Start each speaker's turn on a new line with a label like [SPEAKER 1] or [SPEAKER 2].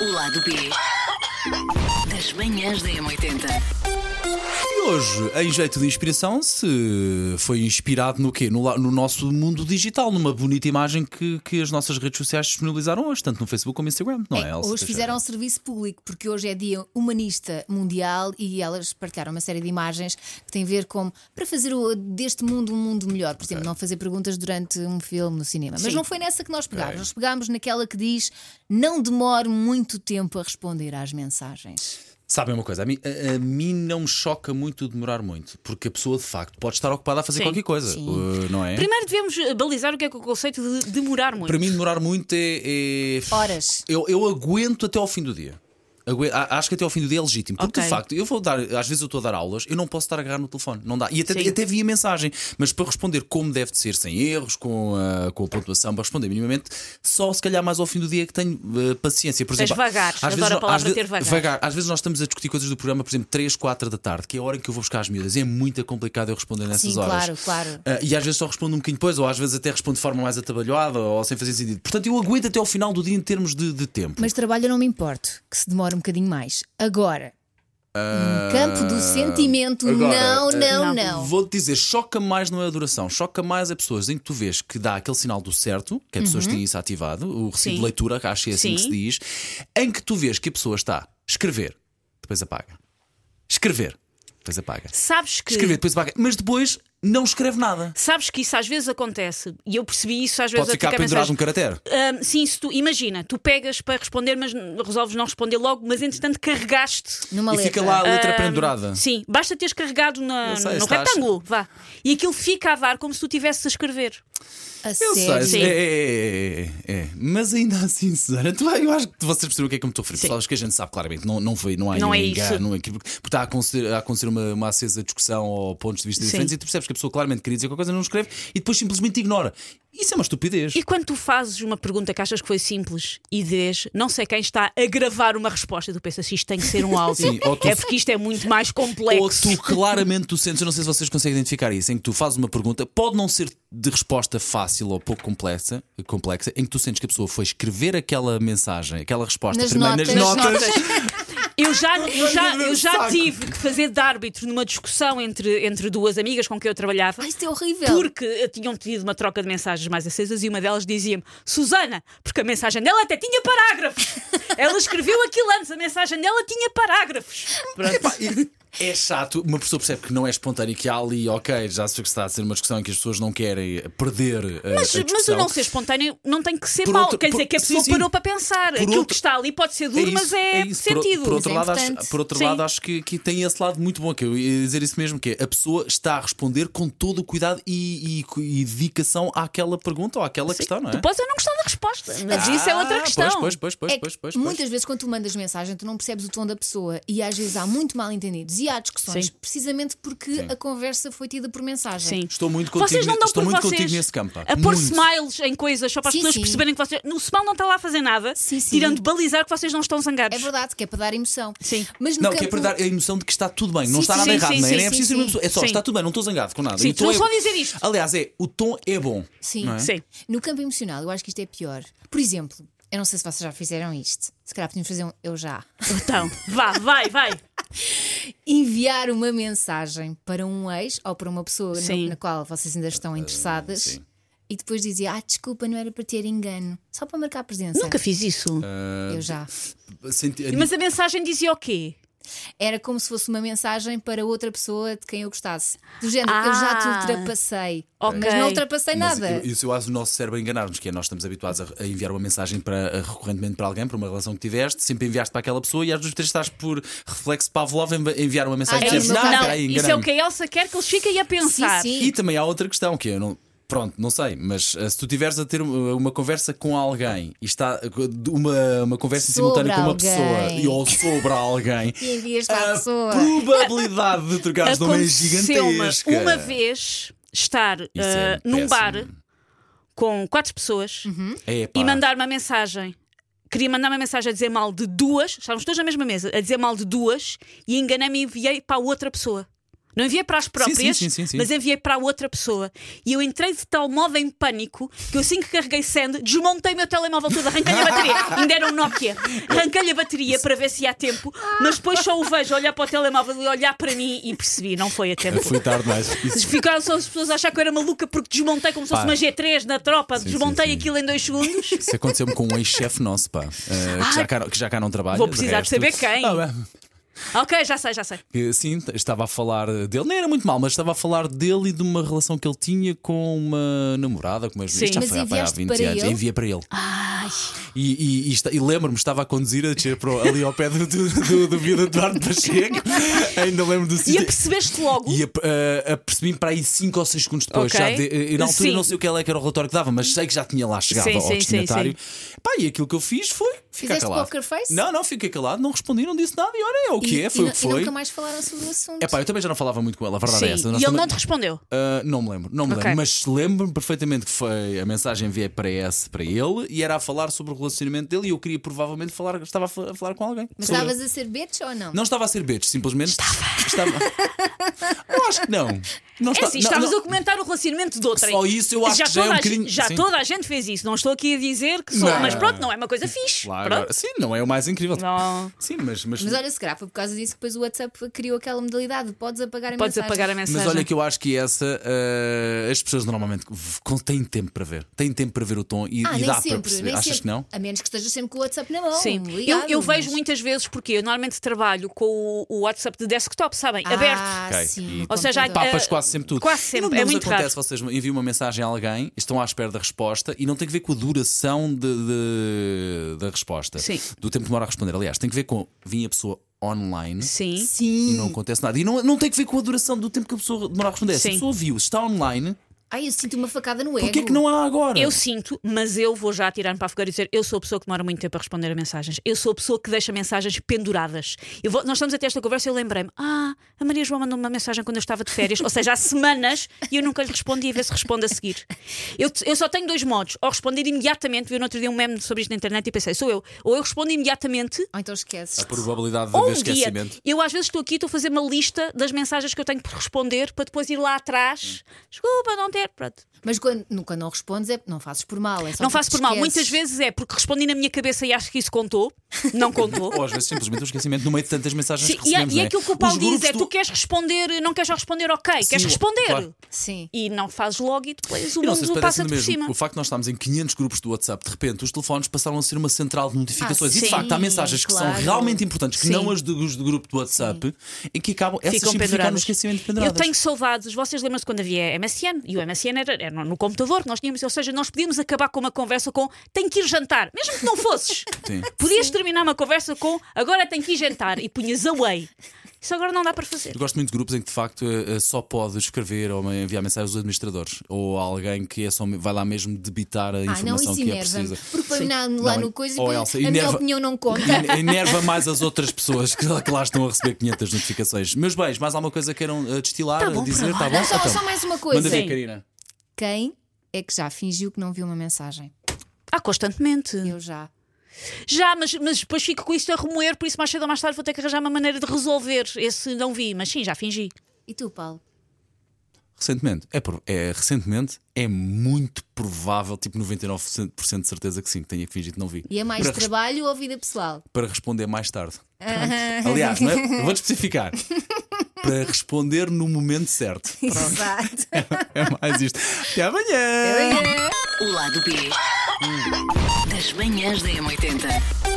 [SPEAKER 1] O lado B das manhãs da M80.
[SPEAKER 2] E hoje, em jeito de inspiração, se foi inspirado no quê? No, la- no nosso mundo digital, numa bonita imagem que, que as nossas redes sociais disponibilizaram hoje, tanto no Facebook como no Instagram, não é,
[SPEAKER 3] É,
[SPEAKER 2] Elsa?
[SPEAKER 3] hoje fizeram um serviço público, porque hoje é Dia Humanista Mundial e elas partilharam uma série de imagens que têm a ver com para fazer o- deste mundo um mundo melhor. Por exemplo, não fazer perguntas durante um filme no cinema. Mas não foi nessa que nós pegámos. Nós pegámos naquela que diz não demore muito tempo a responder às mensagens.
[SPEAKER 2] Sabem uma coisa, a mim, a- a mim não me choca muito demorar muito, porque a pessoa de facto pode estar ocupada a fazer
[SPEAKER 4] Sim.
[SPEAKER 2] qualquer coisa,
[SPEAKER 3] Sim.
[SPEAKER 2] uh, não é?
[SPEAKER 4] Primeiro devemos eh, balizar o que é que é o conceito de demorar muito.
[SPEAKER 2] Para mim, demorar muito é. é-
[SPEAKER 3] Horas.
[SPEAKER 2] Eu, eu aguento até ao fim do dia. Ague- a- Acho que até ao fim do dia é legítimo. Porque de
[SPEAKER 4] Ok.
[SPEAKER 2] facto, eu vou dar, às vezes eu estou a dar aulas, eu não posso estar a agarrar no telefone. Não dá. E até,
[SPEAKER 4] Sim.
[SPEAKER 2] até via mensagem. Mas para responder como deve de ser, sem erros, com a, com a pontuação, para responder minimamente, só se calhar mais ao fim do dia é que tenho eh, paciência. Por exemplo,
[SPEAKER 4] vagar.
[SPEAKER 2] às
[SPEAKER 4] Adoro
[SPEAKER 2] vezes
[SPEAKER 4] a
[SPEAKER 2] nó-
[SPEAKER 4] palavra
[SPEAKER 2] às ve-
[SPEAKER 4] ter vagar.
[SPEAKER 2] Às vezes nós estamos a discutir coisas do programa, por exemplo, 3, 4 da tarde, que é a hora em que eu vou buscar as miúdas. É muito complicado eu responder nessas
[SPEAKER 3] Sim,
[SPEAKER 2] horas.
[SPEAKER 3] claro, claro.
[SPEAKER 2] Ah, e às vezes só respondo um bocadinho depois, ou às vezes até respondo de forma mais atabalhoada ou sem fazer sentido. Portanto, eu aguento até ao final do dia em termos de, de tempo.
[SPEAKER 3] Mas trabalho eu não me importo, que se demore um bocadinho mais. Agora, no campo do sentimento,
[SPEAKER 2] Ah, agora,
[SPEAKER 3] não,
[SPEAKER 2] eh,
[SPEAKER 3] não,
[SPEAKER 4] não.
[SPEAKER 3] não.
[SPEAKER 2] Vou-te dizer, choca mais não é a duração, choca mais a pessoas em que tu vês que dá aquele sinal do certo, que as pessoas têm isso ativado, o recibo
[SPEAKER 4] Sim.
[SPEAKER 2] de leitura, que acho que é assim que se
[SPEAKER 4] Sim.
[SPEAKER 2] diz, em que tu vês que a pessoa está a escrever, depois apaga. Escrever, depois apaga.
[SPEAKER 4] Sabes que
[SPEAKER 2] Escrever, depois apaga. Mas depois não escreve nada.
[SPEAKER 4] sabes que isso às vezes acontece e eu percebi isso às vezes
[SPEAKER 2] Pode
[SPEAKER 4] eu
[SPEAKER 2] ficar
[SPEAKER 4] fiquei a
[SPEAKER 2] pendurado
[SPEAKER 4] pensar,
[SPEAKER 2] num caractere.
[SPEAKER 4] "Ahm, sim, se tu imagina, tu pegas para responder, mas n- resolves não responder logo, mas entretanto carregaste.
[SPEAKER 3] Numa
[SPEAKER 2] E
[SPEAKER 3] letra.
[SPEAKER 2] fica lá a letra pendurada.
[SPEAKER 4] Sim, basta teres carregado na-
[SPEAKER 2] Eu sei,
[SPEAKER 4] no
[SPEAKER 2] estás-
[SPEAKER 4] retângulo, vá. E aquilo fica a dar como se tu estivesse a escrever.
[SPEAKER 3] A
[SPEAKER 2] Eu
[SPEAKER 3] sério?
[SPEAKER 2] sei, é, é, é, é, é. Mas ainda assim, Susana, tu, eu acho que vocês perceberam o que é que eu me estou a referir.
[SPEAKER 4] Sim.
[SPEAKER 2] Pessoal, acho que a gente sabe claramente, não, não foi, não há
[SPEAKER 4] Não
[SPEAKER 2] nenhum
[SPEAKER 4] é isso.
[SPEAKER 2] engano, não é aquilo, porque porque está a acontecer, a acontecer uma, uma acesa discussão ou pontos de vista
[SPEAKER 4] Sim.
[SPEAKER 2] diferentes e tu percebes que a pessoa claramente queria dizer qualquer coisa, não escreve e depois simplesmente ignora. Isso é uma estupidez.
[SPEAKER 4] E quando tu fazes uma pergunta que achas que foi simples e dês, não sei quem está a gravar uma resposta, tu pensas, isto tem que ser um áudio.
[SPEAKER 2] Sim, ou tu-
[SPEAKER 4] É porque isto é muito mais
[SPEAKER 2] Ou
[SPEAKER 4] complexo.
[SPEAKER 2] tu claramente tu sentes, eu não sei se vocês conseguem identificar isso, em que tu fazes uma pergunta, pode não ser de resposta fácil ou pouco complexa, complexa em que tu sentes que a pessoa foi escrever aquela mensagem, aquela resposta
[SPEAKER 3] Nas
[SPEAKER 2] primeiro
[SPEAKER 3] notas. Nas
[SPEAKER 2] notas
[SPEAKER 4] Eu já, eu já, eu já
[SPEAKER 2] Saco.
[SPEAKER 4] tive que fazer de árbitro numa discussão entre, entre duas amigas com quem eu trabalhava.
[SPEAKER 3] Ai, isto é horrível.
[SPEAKER 4] Porque eh, tinham tido uma troca de mensagens mais acesas e uma delas dizia-me Susana, porque a mensagem dela até tinha parágrafos. Ela escreveu aquilo antes, a mensagem dela tinha parágrafos.
[SPEAKER 2] Epá, e- é chato, uma pessoa percebe que não é espontâneo, que há ali, ok, já sei que está a ser uma discussão em que as pessoas não querem perder eh, a,
[SPEAKER 4] Mas,
[SPEAKER 2] discussão.
[SPEAKER 4] mas o não ser espontâneo não tem que ser
[SPEAKER 2] Por
[SPEAKER 4] mau.
[SPEAKER 2] outro-
[SPEAKER 4] Quer
[SPEAKER 2] por-
[SPEAKER 4] dizer que a
[SPEAKER 2] sim,
[SPEAKER 4] pessoa
[SPEAKER 2] sim.
[SPEAKER 4] parou para pensar. Aquilo
[SPEAKER 2] outro-
[SPEAKER 4] que está ali pode ser duro,
[SPEAKER 2] isso,
[SPEAKER 4] mas é,
[SPEAKER 2] isso. Por-
[SPEAKER 4] sentido.
[SPEAKER 2] Por, outro,
[SPEAKER 3] Mas é
[SPEAKER 2] lado, acho,
[SPEAKER 3] importante.
[SPEAKER 2] por outro
[SPEAKER 4] Sim.
[SPEAKER 2] lado, acho que, que tem esse lado muito bom, que é eu ia dizer isso mesmo, que é a pessoa está a responder com todo o cuidado e, e- e dedicação àquela pergunta ou àquela questão, não é?
[SPEAKER 4] Tu podes eu não gostar da resposta, mas
[SPEAKER 2] Ah,
[SPEAKER 4] isso é outra questão.
[SPEAKER 2] Pois, pois, pois,
[SPEAKER 3] É
[SPEAKER 2] pois,
[SPEAKER 3] que
[SPEAKER 2] pois, pois,
[SPEAKER 3] muitas vezes, quando tu mandas mensagem, tu não percebes o tom da pessoa e às vezes há muito mal entendidos e há discussões
[SPEAKER 4] Sim.
[SPEAKER 3] precisamente porque a conversa foi tida por mensagem.
[SPEAKER 4] Sim.
[SPEAKER 2] É. Estou muito contigo,
[SPEAKER 4] vocês não dão
[SPEAKER 2] estou
[SPEAKER 4] por
[SPEAKER 2] muito
[SPEAKER 4] vocês
[SPEAKER 2] contigo nesse campo. pá.
[SPEAKER 4] A pôr
[SPEAKER 2] Muito.
[SPEAKER 4] smiles em coisas só para as
[SPEAKER 3] Sim,
[SPEAKER 4] pessoas
[SPEAKER 3] sim.
[SPEAKER 4] perceberem que vocês. O smile não está lá a fazer nada,
[SPEAKER 3] Sim, sim.
[SPEAKER 4] tirando balizar que vocês não estão zangados.
[SPEAKER 3] É verdade, que é para dar emoção.
[SPEAKER 4] Sim.
[SPEAKER 3] Mas no
[SPEAKER 2] Não,
[SPEAKER 3] campo...
[SPEAKER 2] que é para dar a emoção de que está tudo bem, não
[SPEAKER 3] Sim,
[SPEAKER 2] está
[SPEAKER 3] sim,
[SPEAKER 2] nada
[SPEAKER 4] sim,
[SPEAKER 2] errado,
[SPEAKER 4] sim,
[SPEAKER 2] não é? Nem
[SPEAKER 4] sim,
[SPEAKER 2] é preciso ser
[SPEAKER 3] sim,
[SPEAKER 2] uma
[SPEAKER 3] sim.
[SPEAKER 2] pessoa. É só,
[SPEAKER 4] Sim.
[SPEAKER 2] está tudo bem, não estou zangado com nada.
[SPEAKER 4] Sim,
[SPEAKER 2] E o tom
[SPEAKER 4] não
[SPEAKER 2] é-
[SPEAKER 4] só dizer isto.
[SPEAKER 2] Aliás, é o tom é bom.
[SPEAKER 3] Sim.
[SPEAKER 2] não é?
[SPEAKER 4] Sim.
[SPEAKER 3] No campo emocional, eu acho que isto é pior. Por exemplo, eu não sei se vocês já fizeram isto. Se calhar podemos fazer um eu já.
[SPEAKER 4] Então, vá, vai, vai.
[SPEAKER 3] Enviar uma mensagem para um ex ou para uma pessoa no-
[SPEAKER 4] Sim.
[SPEAKER 3] na qual vocês ainber estão interessadas.
[SPEAKER 2] Ah, sim.
[SPEAKER 3] E depois dizia, ah, desculpa, não era para ter engano. Só para marcar presença.
[SPEAKER 4] Nunca fiz isso.
[SPEAKER 2] Ah,
[SPEAKER 3] Eu já.
[SPEAKER 2] Senti-
[SPEAKER 4] Mas a mensagem dizia o quê?
[SPEAKER 3] era como se fosse uma mensagem para outra pessoa de quem eu gostasse. Do género, eu já te
[SPEAKER 4] Ah.
[SPEAKER 3] ultrapassei.
[SPEAKER 4] Ok.
[SPEAKER 3] Mas não ultrapassei
[SPEAKER 2] Mas
[SPEAKER 3] nada.
[SPEAKER 2] eu- Isso eu acho o nosso cérebro a enganar-nos, que é nós estamos habituados a a enviar uma mensagem para, a- recorrentemente para alguém, para uma relação que tiveste, sempre enviaste para aquela pessoa e às vezes três estás por reflexo Pavlov a enviar uma mensagem
[SPEAKER 3] Ah,
[SPEAKER 2] para
[SPEAKER 3] é isso,
[SPEAKER 2] dizer, não,
[SPEAKER 3] não,
[SPEAKER 2] peraí,
[SPEAKER 4] isso é o
[SPEAKER 2] enganei-me."
[SPEAKER 4] que a Elsa quer que eles fiquem a pensar.
[SPEAKER 3] Sim, sim.
[SPEAKER 2] E também há outra questão que eu não. Pronto, não sei, mas eh, se tu tiveres a ter uma uma conversa com alguém e está eh, uma, uma conversa
[SPEAKER 3] Sobre
[SPEAKER 2] simultânea com uma
[SPEAKER 3] alguém.
[SPEAKER 2] pessoa e ou sobre alguém,
[SPEAKER 3] E envias para a
[SPEAKER 2] a
[SPEAKER 3] pessoa.
[SPEAKER 2] probabilidade de trocares de uma é
[SPEAKER 4] Aconteceu-me
[SPEAKER 2] gigantesca.
[SPEAKER 4] uma vez estar
[SPEAKER 2] é
[SPEAKER 4] ah, num
[SPEAKER 2] péssimo.
[SPEAKER 4] bar com quatro pessoas
[SPEAKER 2] Epá.
[SPEAKER 4] e mandar uma mensagem. Queria mandar uma mensagem a dizer mal de duas, estávamos todos na mesma mesa, a dizer mal de duas e enganei-me e enviei para a outra pessoa. Não enviei para as próprias,
[SPEAKER 2] sim, sim, sim.
[SPEAKER 4] mas enviei para a outra pessoa. E eu entrei de tal modo em pânico que eu, assim que carreguei send, desmontei meu telemóvel todo, arranquei-lhe a bateria. Ainda era um Nokia. Arranquei-lhe a bateria para ver se ia a tempo, mas depois só o vejo olhar para o telemóvel e olhar para mim e percebi, não foi a tempo.
[SPEAKER 2] Foi tarde demais. Isso-
[SPEAKER 4] Ficaram só as pessoas a achar que eu era maluca porque desmontei como se fosse
[SPEAKER 2] Pá.
[SPEAKER 4] uma G3 na tropa,
[SPEAKER 2] Sim,
[SPEAKER 4] desmontei
[SPEAKER 2] sim, sim.
[SPEAKER 4] aquilo em dois segundos.
[SPEAKER 2] Isso aconteceu-me com um ex-chefe nosso, pá, eh, que, já cá, que já cá não trabalha.
[SPEAKER 4] Ah, Vou precisar de
[SPEAKER 2] resto.
[SPEAKER 4] saber quem.
[SPEAKER 2] Ah, bem.
[SPEAKER 4] ok, já sei, já sei.
[SPEAKER 2] Eh, Sim, t- estava a falar dele, nem era muito mal, mas estava a falar dele e de uma relação que ele tinha com uma namorada, com uma
[SPEAKER 4] Sim.
[SPEAKER 2] juiz, já
[SPEAKER 3] Mas
[SPEAKER 2] foi há há
[SPEAKER 3] enviaste
[SPEAKER 2] 20
[SPEAKER 3] para
[SPEAKER 2] anos.
[SPEAKER 3] ele?
[SPEAKER 2] Envia para ele. E, e, e esta- e lembro-me, estava a conduzir a descer para o- ali ao pé do, do, do, do Vila Eduardo Pacheco. Ainda lembro do
[SPEAKER 4] E
[SPEAKER 2] sítio.
[SPEAKER 4] apercebeste logo.
[SPEAKER 2] E ap- eh, apercebi-me para aí 5 ou 6 segundos depois.
[SPEAKER 4] Uh? Ok.
[SPEAKER 2] Já de- eh, na altura
[SPEAKER 4] Sim.
[SPEAKER 2] não sei o que é que era o relatório que dava, mas sei que já tinha lá chegado
[SPEAKER 4] Sim,
[SPEAKER 2] ao
[SPEAKER 4] sim, sim,
[SPEAKER 2] destinatário. Pá, e aquilo que eu fiz foi ficar
[SPEAKER 3] Fizeste
[SPEAKER 2] calado.
[SPEAKER 3] poker face?
[SPEAKER 2] Não, não, fiquei calado, não respondi, não disse nada. E olha, é o que
[SPEAKER 3] E-
[SPEAKER 2] é,
[SPEAKER 3] e
[SPEAKER 2] foi
[SPEAKER 3] nu-
[SPEAKER 2] o que
[SPEAKER 3] E
[SPEAKER 2] foi.
[SPEAKER 3] nunca mais falaram sobre o assunto.
[SPEAKER 2] É pá, eu também já não falava muito com ela, a verdade é
[SPEAKER 4] Sim.
[SPEAKER 2] essa.
[SPEAKER 4] E
[SPEAKER 2] Nós
[SPEAKER 4] ele
[SPEAKER 2] também-
[SPEAKER 4] não te respondeu.
[SPEAKER 2] Ah, não me lembro, não me
[SPEAKER 4] Ok.
[SPEAKER 2] lembro, mas lembro-me perfeitamente que foi a mensagem que enviei para esse, para ele, e era a falar sobre o relacionamento dele e eu queria provavelmente falar, estava a fa- a falar com alguém.
[SPEAKER 3] Mas
[SPEAKER 2] Sobre-
[SPEAKER 3] estavas a ser bitch ou não?
[SPEAKER 2] Não estava a ser beijos, simplesmente estava. eu acho que não. não
[SPEAKER 4] É
[SPEAKER 2] está-
[SPEAKER 4] assim,
[SPEAKER 2] não-
[SPEAKER 4] estavas
[SPEAKER 2] não-
[SPEAKER 4] a comentar o relacionamento de outra.
[SPEAKER 2] Só isso eu acho
[SPEAKER 4] já
[SPEAKER 2] que já é
[SPEAKER 4] toda
[SPEAKER 2] um
[SPEAKER 4] a gente-
[SPEAKER 2] bocadinho-
[SPEAKER 4] Já
[SPEAKER 2] Sim.
[SPEAKER 4] toda a gente fez isso. Não estou aqui a dizer que só.
[SPEAKER 2] Não.
[SPEAKER 4] Mas pronto, não é uma coisa fixe.
[SPEAKER 2] Lá
[SPEAKER 4] Pronto.
[SPEAKER 2] agora. Sim, não é o mais incrível.
[SPEAKER 4] Não.
[SPEAKER 2] Sim, mas. Mas,
[SPEAKER 3] Mas olha, se calhar foi por causa disso que depois o WhatsApp criou aquela modalidade. de Podes apagar a
[SPEAKER 4] Podes
[SPEAKER 3] mensagem.
[SPEAKER 4] apagar a mensagem.
[SPEAKER 2] mas olha que eu acho que essa ah, as pessoas normalmente v- têm tempo para ver. Têm tempo para ver o tom e,
[SPEAKER 3] Ah,
[SPEAKER 2] e
[SPEAKER 3] nem
[SPEAKER 2] dá para
[SPEAKER 3] sempre,
[SPEAKER 2] perceber.
[SPEAKER 3] nem
[SPEAKER 2] Achas
[SPEAKER 3] sempre.
[SPEAKER 2] que não?
[SPEAKER 3] A menos que estejas sempre com o WhatsApp na mão.
[SPEAKER 4] Sim, eu,
[SPEAKER 3] ligado,
[SPEAKER 4] eu vejo
[SPEAKER 3] mas-
[SPEAKER 4] muitas vezes porque eu normalmente trabalho com o, o WhatsApp de desktop, sabem? Aberto.
[SPEAKER 3] Ah,
[SPEAKER 2] Ok.
[SPEAKER 3] sim.
[SPEAKER 2] E- então
[SPEAKER 4] Ou seja,
[SPEAKER 3] computador.
[SPEAKER 2] Papas
[SPEAKER 4] Ah,
[SPEAKER 2] quase sempre tudo.
[SPEAKER 4] quase
[SPEAKER 2] E não,
[SPEAKER 4] sempre,
[SPEAKER 2] não
[SPEAKER 4] é
[SPEAKER 2] vos
[SPEAKER 4] muito
[SPEAKER 2] acontece, vocês enviam uma mensagem a alguém, estão à espera da resposta e não tem que ver com a duração de, de- da resposta.
[SPEAKER 4] Sim.
[SPEAKER 2] Do tempo que demora a responder. Aliás, tem que ver com vim a pessoa online.
[SPEAKER 4] Sim.
[SPEAKER 2] E
[SPEAKER 3] Sim.
[SPEAKER 2] não acontece nada. E não, não tem que ver com a duração do tempo que a pessoa demora a responder. Se a
[SPEAKER 4] Sim. É
[SPEAKER 2] pessoa viu, se está online,
[SPEAKER 3] Ai, eu sinto uma facada no ego.
[SPEAKER 2] porquê é que não há agora?
[SPEAKER 4] Eu sinto, mas eu vou já tirar-me para a fogueira e dizer: eu sou a pessoa que demora muito tempo a responder a mensagens. Eu sou a pessoa que deixa mensagens penduradas. Eu vou- nós estamos até esta conversa e eu lembrei-me: ah, a Maria João mandou-me uma mensagem quando eu estava de férias, ou seja, há semanas, e eu nunca lhe respondi a ver se responde a seguir. Eu, eu só tenho dois modos: ou responder imediatamente, vi no outro dia um meme sobre isto na internet e pensei: sou eu. Ou eu respondo imediatamente,
[SPEAKER 3] Ou então esqueces.
[SPEAKER 2] A probabilidade de
[SPEAKER 4] ou
[SPEAKER 2] haver
[SPEAKER 4] um dia.
[SPEAKER 2] esquecimento.
[SPEAKER 4] Eu às vezes estou aqui e estou a fazer uma lista das mensagens que eu tenho por responder para depois ir lá atrás. Desculpa, não ter. Pronto.
[SPEAKER 3] Mas quando, nunca não respondes, é, não fazes por mal. É só porque
[SPEAKER 4] Não faço
[SPEAKER 3] te
[SPEAKER 4] por mal.
[SPEAKER 3] esqueces.
[SPEAKER 4] Muitas vezes é porque respondi na minha cabeça e acho que isso contou. Não contou.
[SPEAKER 2] Ou às vezes simplesmente o esquecimento no meio de tantas mensagens
[SPEAKER 4] Sim,
[SPEAKER 2] que
[SPEAKER 4] e, é,
[SPEAKER 2] recebemos.
[SPEAKER 4] e
[SPEAKER 2] não
[SPEAKER 4] é aquilo que o Paulo
[SPEAKER 2] Os grupos
[SPEAKER 4] diz: é
[SPEAKER 2] do-
[SPEAKER 4] tu queres responder, não queres responder, ok, queres responder.
[SPEAKER 2] claro.
[SPEAKER 3] Sim.
[SPEAKER 4] E não fazes logo e depois o
[SPEAKER 2] E não sei se parece
[SPEAKER 4] mundo passa-te
[SPEAKER 2] no
[SPEAKER 4] por
[SPEAKER 2] mesmo.
[SPEAKER 4] cima.
[SPEAKER 2] O facto de nós estarmos em 500 grupos do WhatsApp, de repente os telefones passaram a ser uma central de notificações.
[SPEAKER 3] Ah,
[SPEAKER 2] e de
[SPEAKER 4] sim,
[SPEAKER 2] facto há mensagens que
[SPEAKER 3] claro.
[SPEAKER 2] são realmente importantes, que
[SPEAKER 4] Sim.
[SPEAKER 2] não as do, os do grupo do WhatsApp, em que acabam. Essas
[SPEAKER 4] Ficam
[SPEAKER 2] sempre ficaram no
[SPEAKER 4] penduradas.
[SPEAKER 2] esquecimento
[SPEAKER 4] Eu
[SPEAKER 2] penduradas.
[SPEAKER 4] tenho saudades. Vocês lembram-se quando havia MSN? E o MSN era, era no computador que nós tínhamos. Ou seja, nós podíamos acabar com uma conversa com tenho que ir jantar, mesmo que não fosses.
[SPEAKER 2] Sim.
[SPEAKER 4] Podias terminar uma conversa com agora tenho que ir jantar e punhas away. Isso agora não dá para fazer.
[SPEAKER 2] Eu gosto muito de grupos em que de facto eh, eh, só pode escrever ou enviar mensagens aos administradores ou a alguém que é só, vai lá mesmo debitar a
[SPEAKER 3] Ah, não,
[SPEAKER 2] informação
[SPEAKER 3] isso
[SPEAKER 2] que é
[SPEAKER 3] enerva-me.
[SPEAKER 2] precisa.
[SPEAKER 3] Porque põe lá
[SPEAKER 2] Não,
[SPEAKER 3] no coisa e
[SPEAKER 2] oh,
[SPEAKER 3] põe,
[SPEAKER 2] Elsa,
[SPEAKER 3] a minha
[SPEAKER 2] enerva-
[SPEAKER 3] opinião não conta.
[SPEAKER 2] E Enerva mais as outras pessoas que lá, que lá estão a receber 500 notificações. Meus bens, mais alguma coisa queiram eh, destilar,
[SPEAKER 4] bom,
[SPEAKER 2] dizer?
[SPEAKER 4] pronto.
[SPEAKER 2] Tá bom?
[SPEAKER 3] Só,
[SPEAKER 2] Então,
[SPEAKER 3] só mais uma
[SPEAKER 2] Manda
[SPEAKER 3] coisa.
[SPEAKER 2] ver,
[SPEAKER 4] Sim.
[SPEAKER 2] Karina.
[SPEAKER 3] Quem é que já fingiu que não viu uma mensagem?
[SPEAKER 4] Ah, constantemente.
[SPEAKER 3] Eu já.
[SPEAKER 4] Já, mas, mas depois fico com isto a remoer, por isso mais cedo ou mais tarde vou ter que arranjar uma maneira de resolver esse não vi, mas sim, já fingi.
[SPEAKER 3] E tu, Paulo?
[SPEAKER 2] Recentemente. É, por- é- recentemente é muito provável, tipo 99% de certeza que sim, que tenha que fingir que não vi.
[SPEAKER 3] E é mais
[SPEAKER 2] para, res-
[SPEAKER 3] trabalho ou vida pessoal?
[SPEAKER 2] para responder mais tarde. Aliás, não é? vou especificar. Para responder no momento certo.
[SPEAKER 3] Exato.
[SPEAKER 2] É mais isto. Até amanhã!
[SPEAKER 1] O lado B das manhãs da M80.